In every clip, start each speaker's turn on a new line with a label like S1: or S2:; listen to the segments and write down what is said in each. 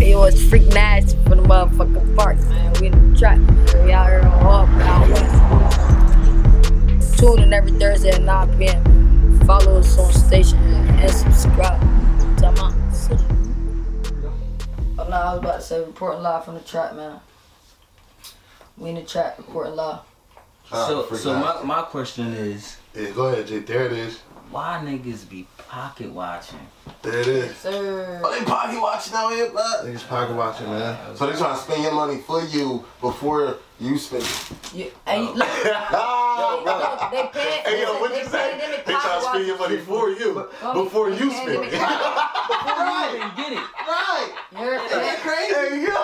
S1: it was freak nasty from the motherfucking park, man. We in the trap, man. We out here on up, out west. Tune in every Thursday at 9 p.m. Follow us on station and subscribe. Tell my Oh, no, I was about to say, reporting live from the trap, man. We in the trap, reporting live.
S2: Ah,
S3: So,
S2: freak
S3: so
S2: out.
S3: my, my question is,
S2: Yeah, go ahead, Jay. There it is.
S3: why niggas be pocket watching?
S2: There it is.
S1: Sir.
S2: Oh, they pocket watching out here, bud. Niggas pocket watching, man. So they trying to spend your money for you before you spend it.
S1: You, and you, look,
S2: Ah!
S1: they, they pay,
S2: Hey, yo, what you say? They trying to spend your money for you before you spend it.
S3: You
S2: Right,
S3: didn't get it.
S2: right.
S1: You're,
S2: Crazy. Hey, yo. Oh.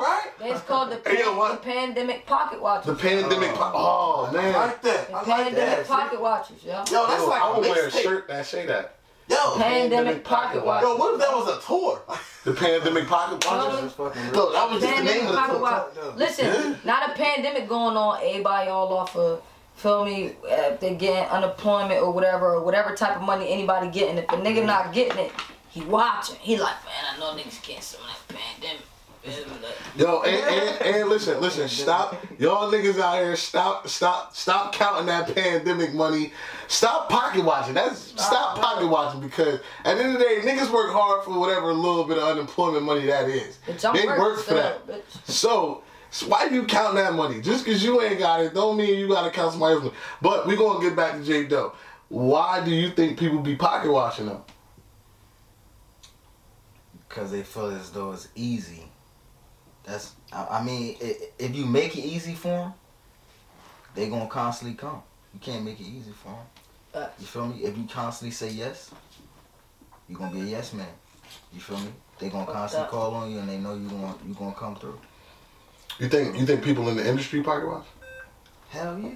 S2: right?
S1: It's called the,
S2: Hey, yo, what?
S1: the pandemic pocket watchers.
S2: The pandemic. po- oh,
S4: I
S2: man.
S4: like that.
S1: The
S4: I like
S1: pandemic
S4: that.
S1: pocket watchers, yeah.
S4: Yo, that's
S2: Yo,
S4: like
S2: I would wear a
S4: mixtape.
S2: shirt that say that.
S4: Yo,
S1: Pandemic pocket watchers.
S4: yo, what if that was a tour?
S2: The pandemic pocket
S1: Huh?
S2: watchers.
S4: Yo, that was just the
S1: Pandemic
S4: name of the
S1: pocket
S4: tour.
S1: watchers. Listen, not a pandemic going on. Everybody all off of. Feel me? If they getting unemployment or whatever, or whatever type of money anybody getting, if a nigga not getting it, he watching. He like, man, I know niggas getting some of that pandemic. Feel me? Like,
S2: Yo, and, and, and listen, listen, stop. Y'all niggas out here, stop, stop, stop counting that pandemic money. Stop pocket watching. That's stop pocket watching because at the end of the day, niggas work hard for whatever little bit of unemployment money that is.
S1: bitch, I'm
S2: they
S1: working
S2: work for
S1: still,
S2: that.
S1: bitch.
S2: So, so why you counting that money? Just because you ain't got it, don't mean you gotta count somebody else's money. But we gonna get back to J Doe. Why do you think people be pocket watching them?
S5: because they feel as though it's easy. That's I, I mean, i- i- if you make it easy for them, they gonna constantly come. You can't make it easy for them.
S1: Facts.
S5: You feel me? If you constantly say yes, you gonna be a yes man. You feel me? They gonna
S1: Fuck
S5: constantly
S1: that.
S5: call on you, and they know you going you gonna come through.
S2: You think you think people in the industry pocket watch?
S5: Hell yeah,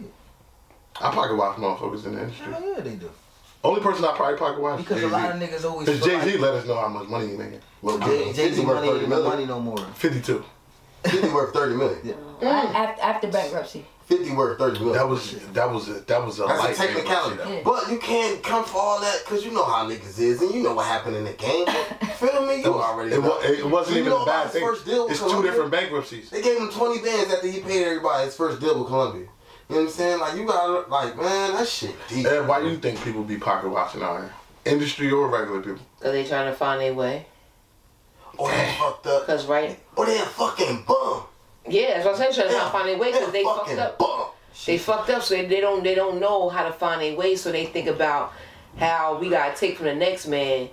S2: I pocket watch motherfuckers in the industry.
S5: hell yeah, they do.
S2: Only person I probably pocket watch
S5: Because a lot of niggas always
S2: Because
S5: feel
S2: Jay Z
S5: like,
S2: let us know how much money he making. Well,
S5: Jay Z money ain't no money no more.
S2: 52.
S4: 50 worth 30 million.
S5: Yeah.
S1: After, after bankruptcy.
S4: 50 worth 30 million.
S2: That was that was a, that was a light
S4: That's a
S2: thing.
S4: technicality.
S1: Yeah.
S4: But you can't come for all that because you know how niggas is and you know what happened in the game. Feel me? You already
S2: It,
S4: know.
S2: wa- it wasn't
S4: You
S2: even
S4: know
S2: a bad
S4: about his
S2: thing.
S4: first deal with
S2: It's two
S4: Columbia?
S2: different bankruptcies.
S4: They gave him 20 bands after he paid everybody his first deal with Columbia. You know what I'm saying? Like, you gotta, like, man, that shit deep.
S2: And why do you think people be pocket watching out here? Industry or regular people?
S6: Cause they trying to find their way.
S4: Or Oh, they fucked up.
S6: Cause right,
S4: Or they a fucking bum.
S6: yeah, that's what I'm saying. Trying to
S4: Yeah.
S6: find their way
S4: They
S6: because
S4: a
S6: they fucked
S4: fucking
S6: up.
S4: Bum.
S6: They fucked up, so they, they don't they don't know how to find their way. So they think about how we gotta take from the next man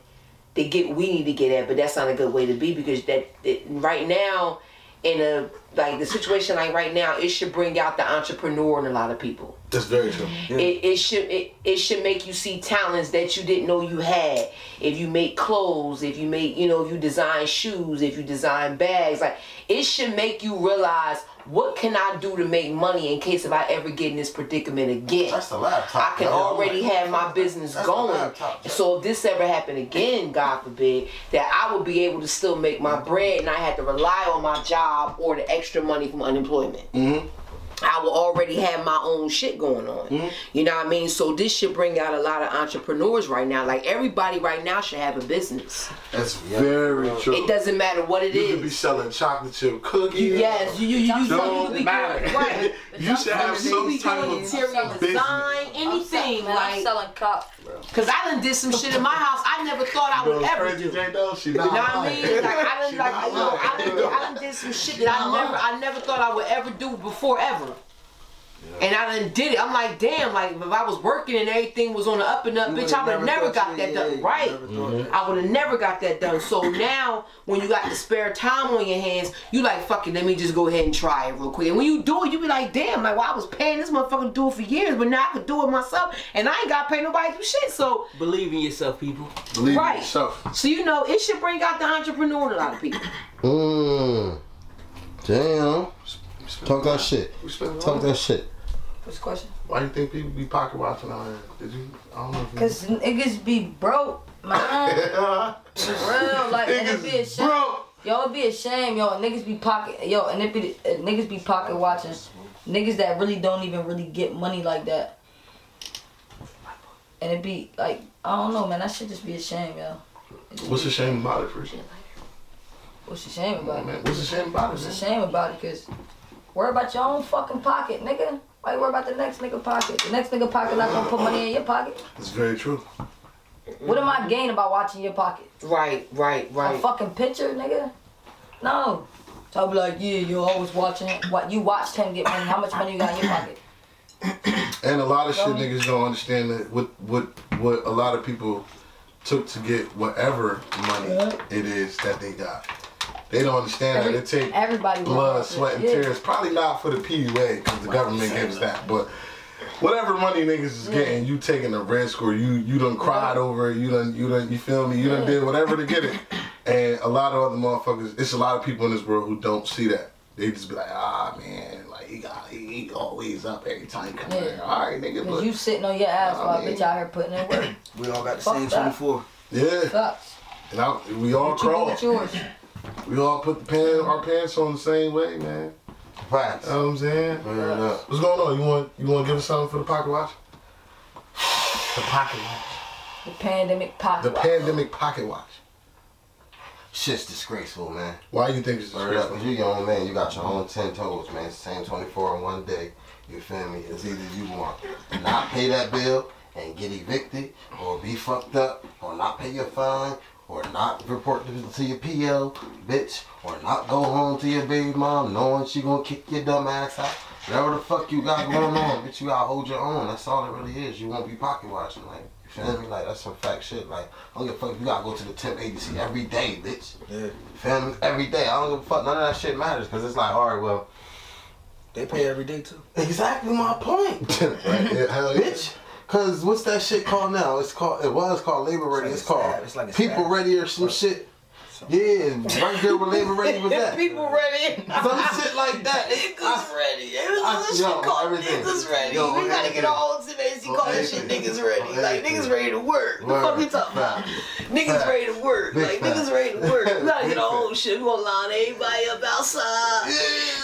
S6: to get we need to get at. But that's not a good way to be because that, that right now in a like the situation like right now, it should bring out the entrepreneur in a lot of people.
S2: That's very true.
S6: It, it should it, it should make you see talents that you didn't know you had. If you make clothes, if you make you know if you design shoes, if you design bags, like it should make you realize what can I do to make money in case if I ever get in this predicament again.
S4: That's the laptop.
S6: I can
S4: man.
S6: already have my business
S4: That's the
S6: going.
S4: laptop.
S6: So if this ever happened again, God forbid, that I would be able to still make my bread and I had to rely on my job or the extra money from unemployment. I will already have my own shit going on.
S2: Mm-hmm.
S6: You know what I mean? So this should bring out a lot of entrepreneurs right now. Like everybody right now should have a business.
S2: That's very
S6: It
S2: true.
S6: doesn't matter what it
S2: You could be
S6: is.
S2: selling chocolate chip cookies.
S6: Yes, you you you, you,
S2: Don't
S6: you be
S2: matter.
S6: good. Right.
S2: You should have some
S6: be
S2: type
S6: doing
S2: of
S6: interior
S2: business.
S6: design, anything
S1: man, I'm
S6: like
S1: selling cop.
S6: Cause I done did some shit in my house I never thought I would ever do. You know
S2: J Doe, she
S6: what
S2: not
S6: I mean?
S2: lying.
S6: Like I done like you know, I
S2: lying.
S6: done, I done did some shit that I never I never thought I would ever do before ever. And I done did it. I'm like, damn, like if I was working and everything was on the up and up, bitch, I would have never got that done. Right.
S3: Mm-hmm.
S6: I would have never got that done. So now, when you got the spare time on your hands, you like, fuck it, let me just go ahead and try it real quick. And when you do it, you be like, damn, like, well, I was paying this motherfucker to do it for years, but now I could do it myself, and I ain't got to pay nobody for shit. So,
S3: Believe in yourself, people.
S2: Believe in
S6: Right.
S2: yourself.
S6: so you know, it should bring out the entrepreneur in a lot of people.
S5: Mm. Damn, talk that shit.
S2: We spend
S5: Talk that shit.
S1: What's the question?
S2: Why do you think people be pocket watching out here? Did you? I don't know. If you
S1: Cause niggas be broke, man. real, like and it be a
S2: Niggas
S1: shame.
S2: broke.
S1: Yo, it be a shame, yo. Niggas be pocket, yo, and it be uh, niggas be pocket watching niggas that really don't even really get money like that. And it be like, I don't know, man. That should just be a shame, yo.
S2: What's the shame about it, for you?
S1: What's the shame
S4: Come on,
S1: about
S4: man.
S1: it?
S4: What's the shame about it?
S1: What's the
S4: man?
S1: shame about it? Cause worry about your own fucking pocket, nigga. Why you worry about the next nigga pocket? The next nigga pocket not gonna put money in your pocket.
S2: It's very true.
S1: What am I gaining by watching your pocket?
S6: Right, right,
S1: A
S6: right.
S1: fucking picture, nigga. No. So I'll be like, yeah, you always watching. What you watched him get money? How much money you got in your pocket?
S2: And a lot of shit
S1: Don't-
S2: niggas don't understand that what what what a lot of people took to get whatever money it is that they got. They don't understand
S1: Every-
S2: that it take
S1: everybody wants
S2: blood,
S1: that shit.
S2: sweat, and
S1: Yeah.
S2: tears. Probably not for the PUA because the government gives that, but. Whatever money niggas is getting, you taking the risk, or you you done cried over it, you done you done you feel me, you done did whatever to get it, and a lot of other motherfuckers, it's a lot of people in this world who don't see that. They just be like, ah man, like he got he, he always up every time he come
S1: Yeah.
S2: here. All right, nigga,
S1: Cause
S2: but
S1: you sitting on your ass
S2: I
S1: while a
S2: mean-
S1: bitch out here putting in work.
S5: We all got the
S1: Fuck
S5: same
S1: that.
S5: 24.
S2: yeah,
S1: Sucks.
S2: and I, we all
S1: What you do
S2: crawl.
S1: with yours?
S2: We all put the pan, our pants on the same way, man.
S4: Facts.
S2: You know what I'm saying?
S4: Fair enough.
S2: What's going on? You want you want to give us something for the pocket watch? The pocket watch.
S1: The pandemic pocket.
S2: The pandemic pocket watch.
S4: Shit's disgraceful, man.
S2: Why you think it's
S4: Straight up,
S2: disgraceful?
S4: when you your own man, you got your own ten toes, man. It's the same twenty four in one day. You feel me? It's either you want to not pay that bill and get evicted, or be fucked up, or not pay your fine, or not report to, to your PO, bitch, or not go home to your baby mom, knowing she gonna kick your dumb ass out. Whatever the fuck you got going on, bitch, you gotta hold your own. That's all it really is. You won't be pocket watching, like. You feel me? Like that's some fact shit. Like I don't give a fuck. if You gotta go to the temp agency every day, bitch.
S5: Yeah.
S4: Fam, every day. I don't give a fuck. None of that shit matters because it's like, all right, well,
S5: They pay every day too.
S4: exactly my point,
S2: right? Yeah, hell yeah.
S4: bitch. Because what's that shit called now? It's called. It was called labor ready. It's,
S5: It's like a
S4: called
S5: stab. It's like a
S4: people
S5: stab.
S4: ready or some shit. Yeah, right there where labor ready was at.
S6: People ready.
S4: Some shit like that. It-
S6: Niggas ready. There's
S4: I- yo,
S6: other shit called
S4: everything.
S6: niggas ready.
S4: Yo,
S6: we gotta
S4: everything.
S6: get a hold to this. You
S4: Yo,
S6: call that shit
S4: everything.
S6: niggas ready.
S4: Yo,
S6: Like niggas
S4: everything.
S6: ready to work. The fuck we
S4: Word.
S6: talking about?
S4: Fact.
S6: Niggas
S4: Fact.
S6: ready to work.
S4: Big
S6: Like
S4: fact.
S6: niggas ready to work. We gotta get
S4: Big
S6: a hold
S4: fact.
S6: shit. We gonna line everybody up outside.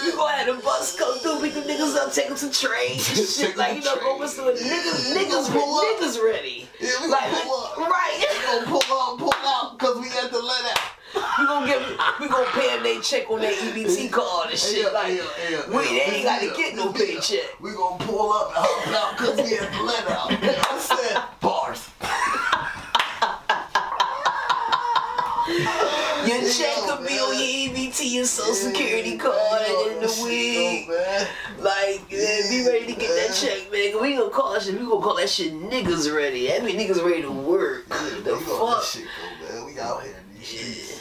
S6: We gonna have the bus come through, pick the niggas up, take them to trains and shit. Like you know, go with some niggas niggas re- niggas ready.
S4: Yeah, we
S6: Like
S4: gonna pull up. We
S6: right.
S4: gonna pull out, pull out, cause we at the let out.
S6: We gonna get we gonna pay them they check on their EBT card and
S4: Yeah,
S6: shit. Like
S4: yeah, yeah,
S6: we they
S4: yeah.
S6: ain't gotta
S4: Yeah,
S6: get no
S4: yeah.
S6: paycheck.
S4: We gonna pull up and hug out cause we at the let out. I said bars.
S6: Your check
S4: Yo,
S6: could be
S4: man.
S6: on your EBT, your social security
S4: Yeah,
S6: card,
S4: yo,
S6: and in the
S4: shit,
S6: week.
S4: yo, man.
S6: Like, yeah, be ready to get that check, man. 'Cause We gonna call that shit, we gonna call that shit niggas ready. That mean niggas ready to work. The
S4: we gonna let
S6: fuck?
S4: shit go, man. We out here in these streets.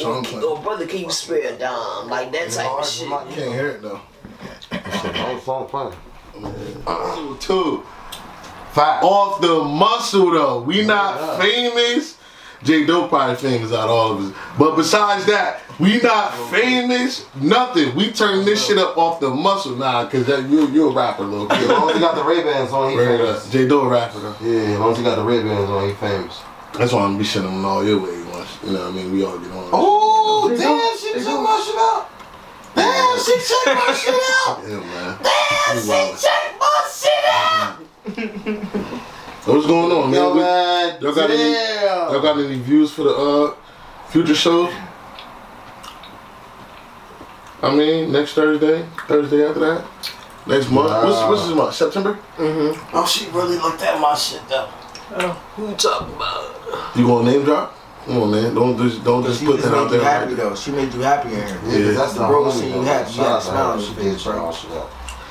S2: So I'm playing.
S6: Oh, brother, can you spare a dime? Like, that type of shit.
S2: I can't hear it though.
S4: Long song Oh, fun.
S2: Two.
S4: Five.
S2: off the muscle though. We not
S4: up.
S2: famous. J Dope probably famous out of all of us. But besides that, we not famous. Nothing. We turn this shit up off the muscle. Nah, cause that you you a rapper, little
S4: As long as he got the Ray Bans on, he famous.
S2: J Dope a rapper though.
S4: Yeah, as long as he got the Ray Bans on, he famous.
S2: That's why we shouldn't have all your way once. You know what I mean? We all get on.
S4: Oh,
S2: They
S4: damn,
S2: do.
S4: she
S2: They
S4: checked
S2: do.
S4: my shit out. Damn, she checked my shit out.
S2: Yeah, man.
S4: Damn,
S2: We wild.
S4: she checked my shit out.
S2: So What's going on, man?
S4: Yo,
S2: We-
S4: man.
S2: y'all got any-
S4: Damn.
S2: Y'all got any views for the uh future show? I mean, next Thursday, Thursday after that, next month. What's, what's this month? September.
S4: Oh, she really looked at my shit though.
S6: Who you talking about?
S2: You gonna name drop? Come on, man. Don't just don't just
S5: She
S2: put
S5: just
S2: that out
S5: made you
S2: there.
S5: happy though. She made you happy in
S4: Yeah,
S5: here.
S4: 'cause that's
S5: The
S4: the
S5: bro
S4: homie,
S5: see you
S4: though.
S5: happy, you
S4: Shout out
S5: got a
S4: to
S5: smile
S4: her.
S5: on
S4: She
S5: your
S4: did
S5: face,
S4: check
S5: bro.
S4: my shit out.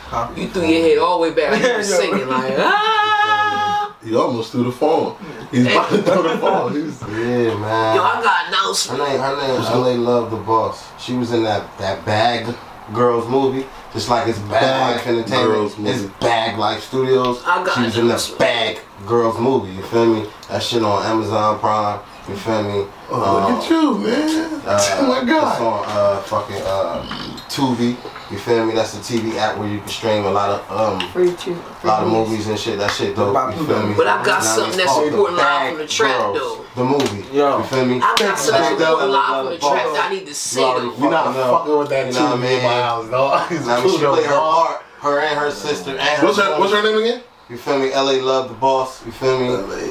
S5: Huh?
S6: You threw your head all the way back. You was singing, like, ah!
S2: He almost threw the phone. He's about to throw the phone. He's,
S4: Yeah, man.
S6: Yo, I got an
S4: Her
S6: announcement.
S4: name, her name was LA Love the Boss. She was in that, that Bag Girls movie. Just like it's Bag,
S2: Bag
S4: Life Entertainment.
S2: Girls
S4: it's
S2: movie.
S4: Bag Life Studios.
S6: I got
S4: she was
S6: you.
S4: in that Bag Girls movie, you feel me? That shit on Amazon Prime, you feel me? Um,
S2: oh, look at you, man. oh my
S4: It's
S2: God.
S4: on uh, fucking uh, Tubi, you feel me? That's the TV app where you can stream a lot of um,
S1: Free too.
S4: a lot of movies and shit. That shit dope.
S5: About
S4: You feel me?
S6: But I got
S4: Now
S6: something
S4: it's
S6: that's
S4: called The
S6: important live
S4: Bag
S6: from the trap,
S4: Girls,
S6: though.
S4: The movie.
S5: Yo.
S4: You feel me?
S6: I got
S4: Back
S6: something
S4: that
S6: going
S4: up.
S6: live on the track that I need to see.
S4: Lottie
S6: though.
S2: We're not
S4: fucking up.
S2: fucking with that
S4: You know what I
S2: two man
S4: mean?
S2: miles, dog. He's
S4: I mean, she
S2: cool,
S4: played her
S2: dog.
S4: part, her and her sister and
S2: What's her What's her name again?
S4: You feel me? L.A. Love the boss. You feel me?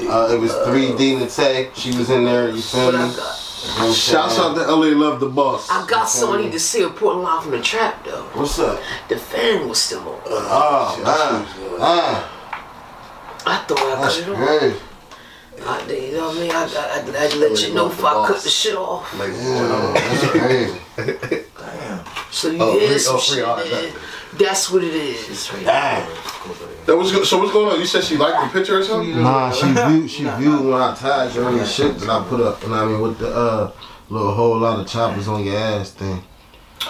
S4: Uh, it was 3D Nate. She was in there. You feel
S6: What
S4: me?
S6: I got.
S4: You know what I'm
S2: Shouts
S4: saying?
S2: out to LA Love the Boss.
S6: I got someone need to see a Portland live from the trap though.
S4: What's up?
S6: The fan was still on.
S4: Oh, man. Man,
S6: I thought I
S4: that's
S6: cut it off.
S4: great.
S6: I did, you know what I mean? I, I, I, I let you know if I cut the shit off.
S2: Like,
S4: Yeah, that's crazy.
S6: So you
S2: Oh,
S6: hear
S2: free-
S6: some
S2: oh, free
S6: shit.
S2: art.
S6: man. That's what it is.
S4: Damn.
S2: That was good. So what's going on? You said she liked the picture or something?
S4: Nah, she viewed she viewed when I tied you on the shit that I put up, and I mean with the uh little whole lot of choppers on your ass thing.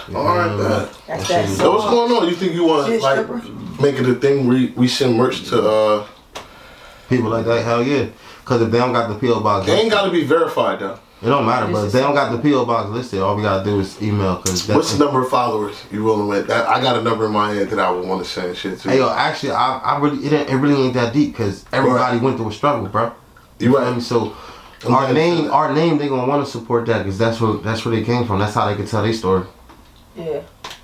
S4: You
S2: All right,
S4: know,
S2: man.
S4: that
S1: That's
S4: shit
S1: that
S4: was-
S2: So what's going on? You think you want to
S1: She's a
S2: like
S1: stripper?
S2: make it a thing where you- we send merch to? uh
S4: People like that, hell yeah. Cause if they don't got the PO box,
S2: They ain't got to be verified though.
S4: it don't matter. But if they don't got the PO box listed, all we gotta do is email. Cause that's
S2: What's the number of followers you willing to let? That, I got a number in my head that I would want to send shit to.
S4: Hey yo, actually, I, I really it, ain't- it really ain't that deep because everybody went through a struggle, bro. You
S2: You
S4: feel me?
S2: right?
S4: So
S2: I'm
S4: our
S2: glad you
S4: name,
S2: said
S4: our name, they gonna want to support that because that's where that's where they came from. That's how they can tell their story.
S1: Yeah.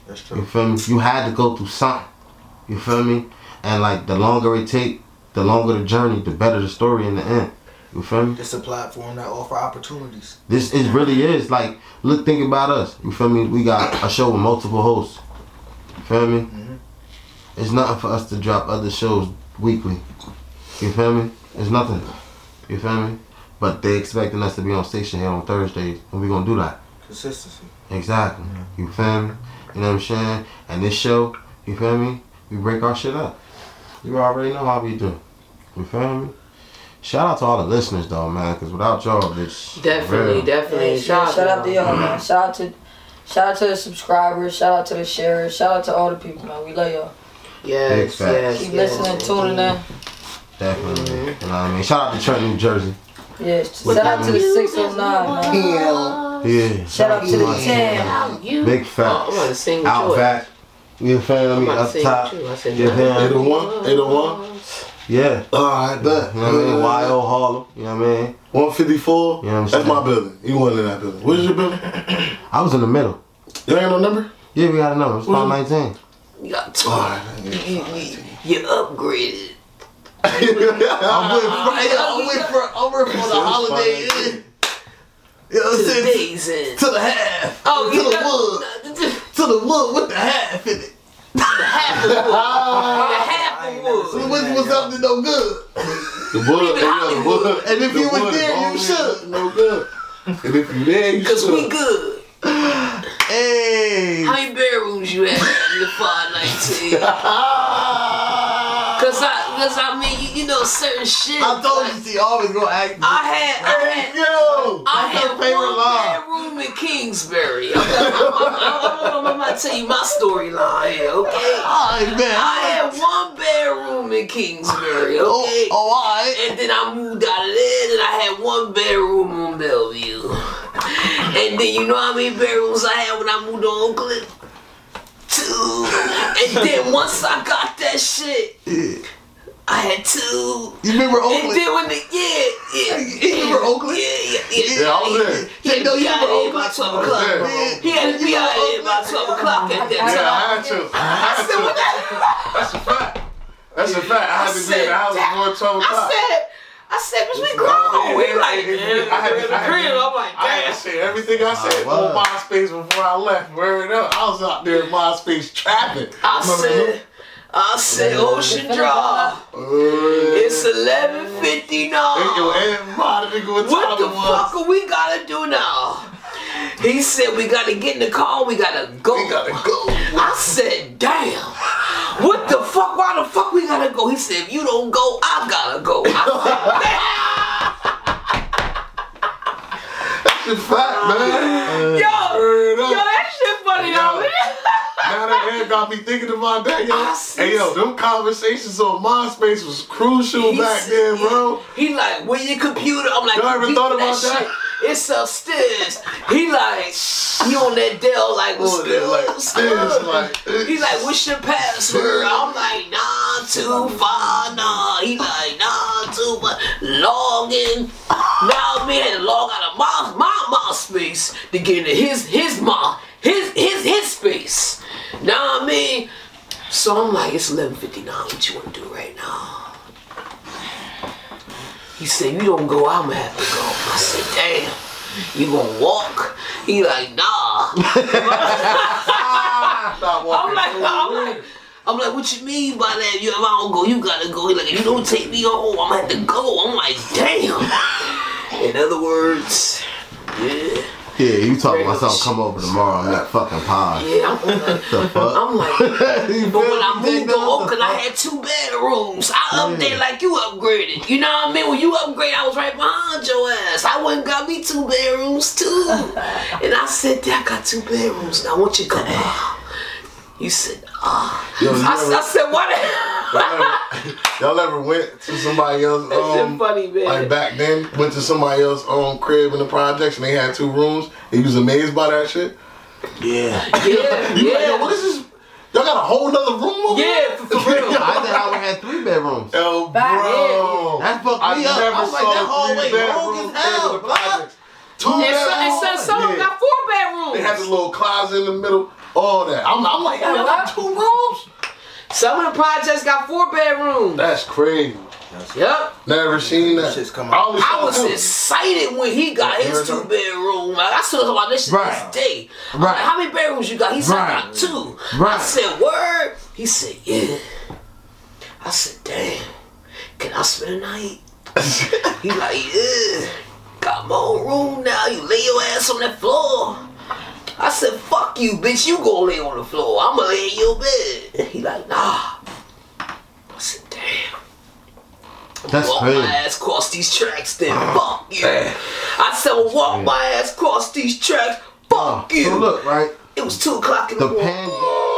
S5: That's
S4: You feel me? You had to go through something. You feel me? And like the longer it take, the longer the journey, the better the story in the end. You feel me?
S5: It's a platform that offer opportunities.
S4: This it really is like look think about us. You feel me? We got a show with multiple hosts. You feel me? It's nothing for us to drop other shows weekly. You feel me? It's nothing. You feel me? But they expecting us to be on station here on Thursdays, and we gonna do that.
S5: Consistency.
S4: Exactly. You feel me? You know what I'm saying? And this show, you feel me? We break our shit up. You already know how we do. You feel me? Shout out to all the listeners though, man, because without y'all, it's
S6: Definitely,
S4: real.
S6: definitely.
S1: Yeah, shout, shout out to
S6: y'all.
S1: y'all, man. Shout out to, shout out to the subscribers. Shout out to the sharers. Shout out to all the people, man. We love y'all.
S4: Big
S6: Yes,
S4: facts.
S6: yes.
S1: Keep
S6: yes,
S1: listening,
S6: indeed.
S1: tuning in.
S4: Definitely. You know what I mean? Shout out to Trent, New Jersey.
S1: Yeah.
S4: What
S1: Shout out to the six oh nine, man.
S4: Yeah.
S1: Shout out to the
S4: my
S1: ten.
S6: How you?
S4: Big
S6: Oh, I'm
S4: facts.
S6: about to sing with
S4: Out
S6: yours.
S4: back. You feel
S6: I'm
S4: me?
S6: about to
S4: Up
S6: sing
S4: top.
S6: with you. I said,
S4: You
S6: no.
S4: feel me?
S2: 801, 801.
S4: Yeah.
S2: All right, bet. Uh,
S4: You know what I mean? YO Harlem. You know what I mean?
S2: 154.
S4: You know what I'm
S2: That's
S4: saying?
S2: my building. You wasn't in that building. Where's your building?
S4: I was in the middle.
S2: There ain't no number?
S4: Yeah, we got a number. It's called 19.
S6: You got
S2: All right.
S6: you,
S4: Oh,
S6: you, you, you upgraded. Oh,
S4: I'm with, I'm with, I'm with for the
S2: holiday
S4: Inn. You know what
S6: To the days in.
S4: the half.
S6: Oh, you
S4: To
S6: know,
S4: the wood with the half in it.
S6: half of wood. The half of wood.
S4: Which was up to no good.
S2: The wood, yeah, the wood.
S4: And if
S2: The
S4: you was
S2: wood
S4: there, you
S2: always
S4: should.
S2: No good. And if you there, you
S6: Cause we
S2: should.
S6: good.
S4: Hey.
S6: How many bedrooms you had in the 519? Cause I, cause I mean, you, you know certain shit.
S4: I told
S6: like,
S4: you she always gonna act.
S6: I had, I had,
S4: Yo,
S6: I
S4: that's
S6: had
S4: her favorite line.
S6: one bedroom in Kingsbury. I'm, I'm, I'm, I'm, I'm about to tell you my storyline here, okay?
S4: Alright, man.
S6: I had one bedroom in Kingsbury,
S4: Oh,
S6: okay?
S4: oh, alright.
S6: And then I moved out of there, and I had one bedroom on Bellevue. And then you know how many bedrooms I had when I moved to Oakland? Two. And then once I got that shit, I had two.
S4: You remember
S6: And
S4: Oakland?
S6: then when the yeah, yeah,
S4: You remember Oakland?
S6: yeah, yeah, yeah.
S2: Yeah, I was there.
S6: He had
S4: Yeah,
S6: to be
S4: you
S6: out
S4: remember
S6: of here by
S4: Oakland?
S6: twelve
S2: I
S6: o'clock.
S2: was there.
S6: He had to be out of here by twelve o'clock at that
S2: Yeah,
S6: time.
S2: I had to. I had
S6: said, what
S2: to.
S6: the hell?
S2: That's a fact. That's a fact. I had to be in the house before 12 o'clock.
S6: I said, I said, bitch, we grown. We
S2: I had
S6: like,
S2: to- I had to-
S6: real. I'm like,
S2: I had
S6: damn.
S2: to say everything I said
S4: wow.
S2: on MySpace before I left. Word up. I was out there in MySpace trapping.
S6: I said, I said, Ocean Drive. It's eleven fifty nine. What the fuck are we gotta do now? He said we gotta get in the car. We gotta go.
S2: We gotta go.
S6: I said, damn. What the fuck? Why the fuck we gotta go? He said, if you don't go, I gotta go. I
S2: That's a fact, man.
S6: said, damn. yo,
S2: Word
S6: yo,
S2: up.
S6: that shit funny though. man.
S2: Now that air got me thinking about that,
S6: I
S2: yo.
S6: see-
S2: Hey, yo, them conversations on MySpace was crucial
S6: He
S2: back
S6: said-
S2: then, bro.
S6: He, he like, where your computer? I'm like,
S2: Y'all ever
S6: "We-
S2: thought about that?"
S6: Shit. It's upstairs. He like, he on that Dell like, what's
S2: Oh, they're
S6: good?
S2: like,
S6: What's
S2: this,
S6: good?
S2: like,
S6: He like, what's your password? I'm like, nah, two five, nah. He like, nah, two five. Log in. Now me had to log out of my my my space to get into his his my his his his space. Now I mean, so I'm like, it's 11:59. What you want to do right now? He said, you don't go, I'ma have to go. I said, damn. You gonna walk? He like, nah.
S4: Stop
S6: I'm
S4: walking.
S6: like, I'm like, I'm like, what you mean by that? You, if I don't go, you gotta go. He like, if you don't take me home, I'm gonna have to go. I'm like, damn. In other words, yeah,
S4: Yeah, you talking about something. Come over tomorrow. I'm not fucking pod.
S6: yeah. I'm like,
S4: The fuck?
S6: I'm like
S4: You feel
S6: But when I
S4: me?
S6: moved to
S4: Nigga, what the
S6: Oakland, I had two bedrooms. I up there like you upgraded. You know what I mean? When you upgrade, I was right behind your ass. I went and got me two bedrooms too. And I said, there, I got two bedrooms. Now, won't you come by? You said, ah.
S2: Yo,
S6: I,
S2: you
S6: I
S2: ever-
S6: said, what? the-"
S2: Y'all ever went to somebody else?
S6: That shit
S2: Um,
S6: funny, man.
S2: Like back then, went to somebody else um, crib in the projects, and they had two rooms. And you was amazed by that shit.
S4: Yeah.
S6: yeah,
S2: You like, yo,
S6: yeah.
S2: what is this? Y'all got a whole nother room? Over here?
S6: Yeah, for, for real.
S4: I thought I would have three bedrooms.
S2: Yo,
S1: Back
S2: bro.
S4: That fucked
S2: I
S4: me up.
S2: never
S4: I was like,
S2: saw
S4: that hallway
S2: three
S4: long
S2: bedrooms
S4: as hell,
S2: in the
S4: blood.
S2: projects. Two
S6: And so- and so-
S2: bedrooms.
S6: some of them
S2: Yeah.
S6: got four
S2: They had
S6: bedrooms.
S2: this little closet in the middle. All that. I'm, I'm like, y'all got two rooms?
S6: Some of the projects got four bedrooms.
S2: That's crazy.
S6: Yep.
S2: Never seen that.
S5: Shit's coming.
S2: I, only saw
S6: I was
S2: two.
S6: excited when he got his two bedroom. Like, I still talk about this shit
S4: Right.
S6: this day. I'm
S4: Right.
S6: like, How many bedrooms you got? He said, I got
S4: Right.
S6: two. I
S4: Right.
S6: said, word. He said, yeah. I said, damn. Can I spend a night? he like, yeah. Got my own room now. You lay your ass on that floor. I said, fuck you, bitch. You gonna lay on the floor. I'ma lay in your bed. He like, nah. I said, damn.
S4: That's
S6: walk my
S4: crazy. Ah,
S6: ass across these tracks then. Fuck you. I said, well, walk my ass across these tracks. Fuck you.
S4: So look, right?
S6: It was 2 o'clock in the,
S4: The
S6: morning.
S4: pandemic.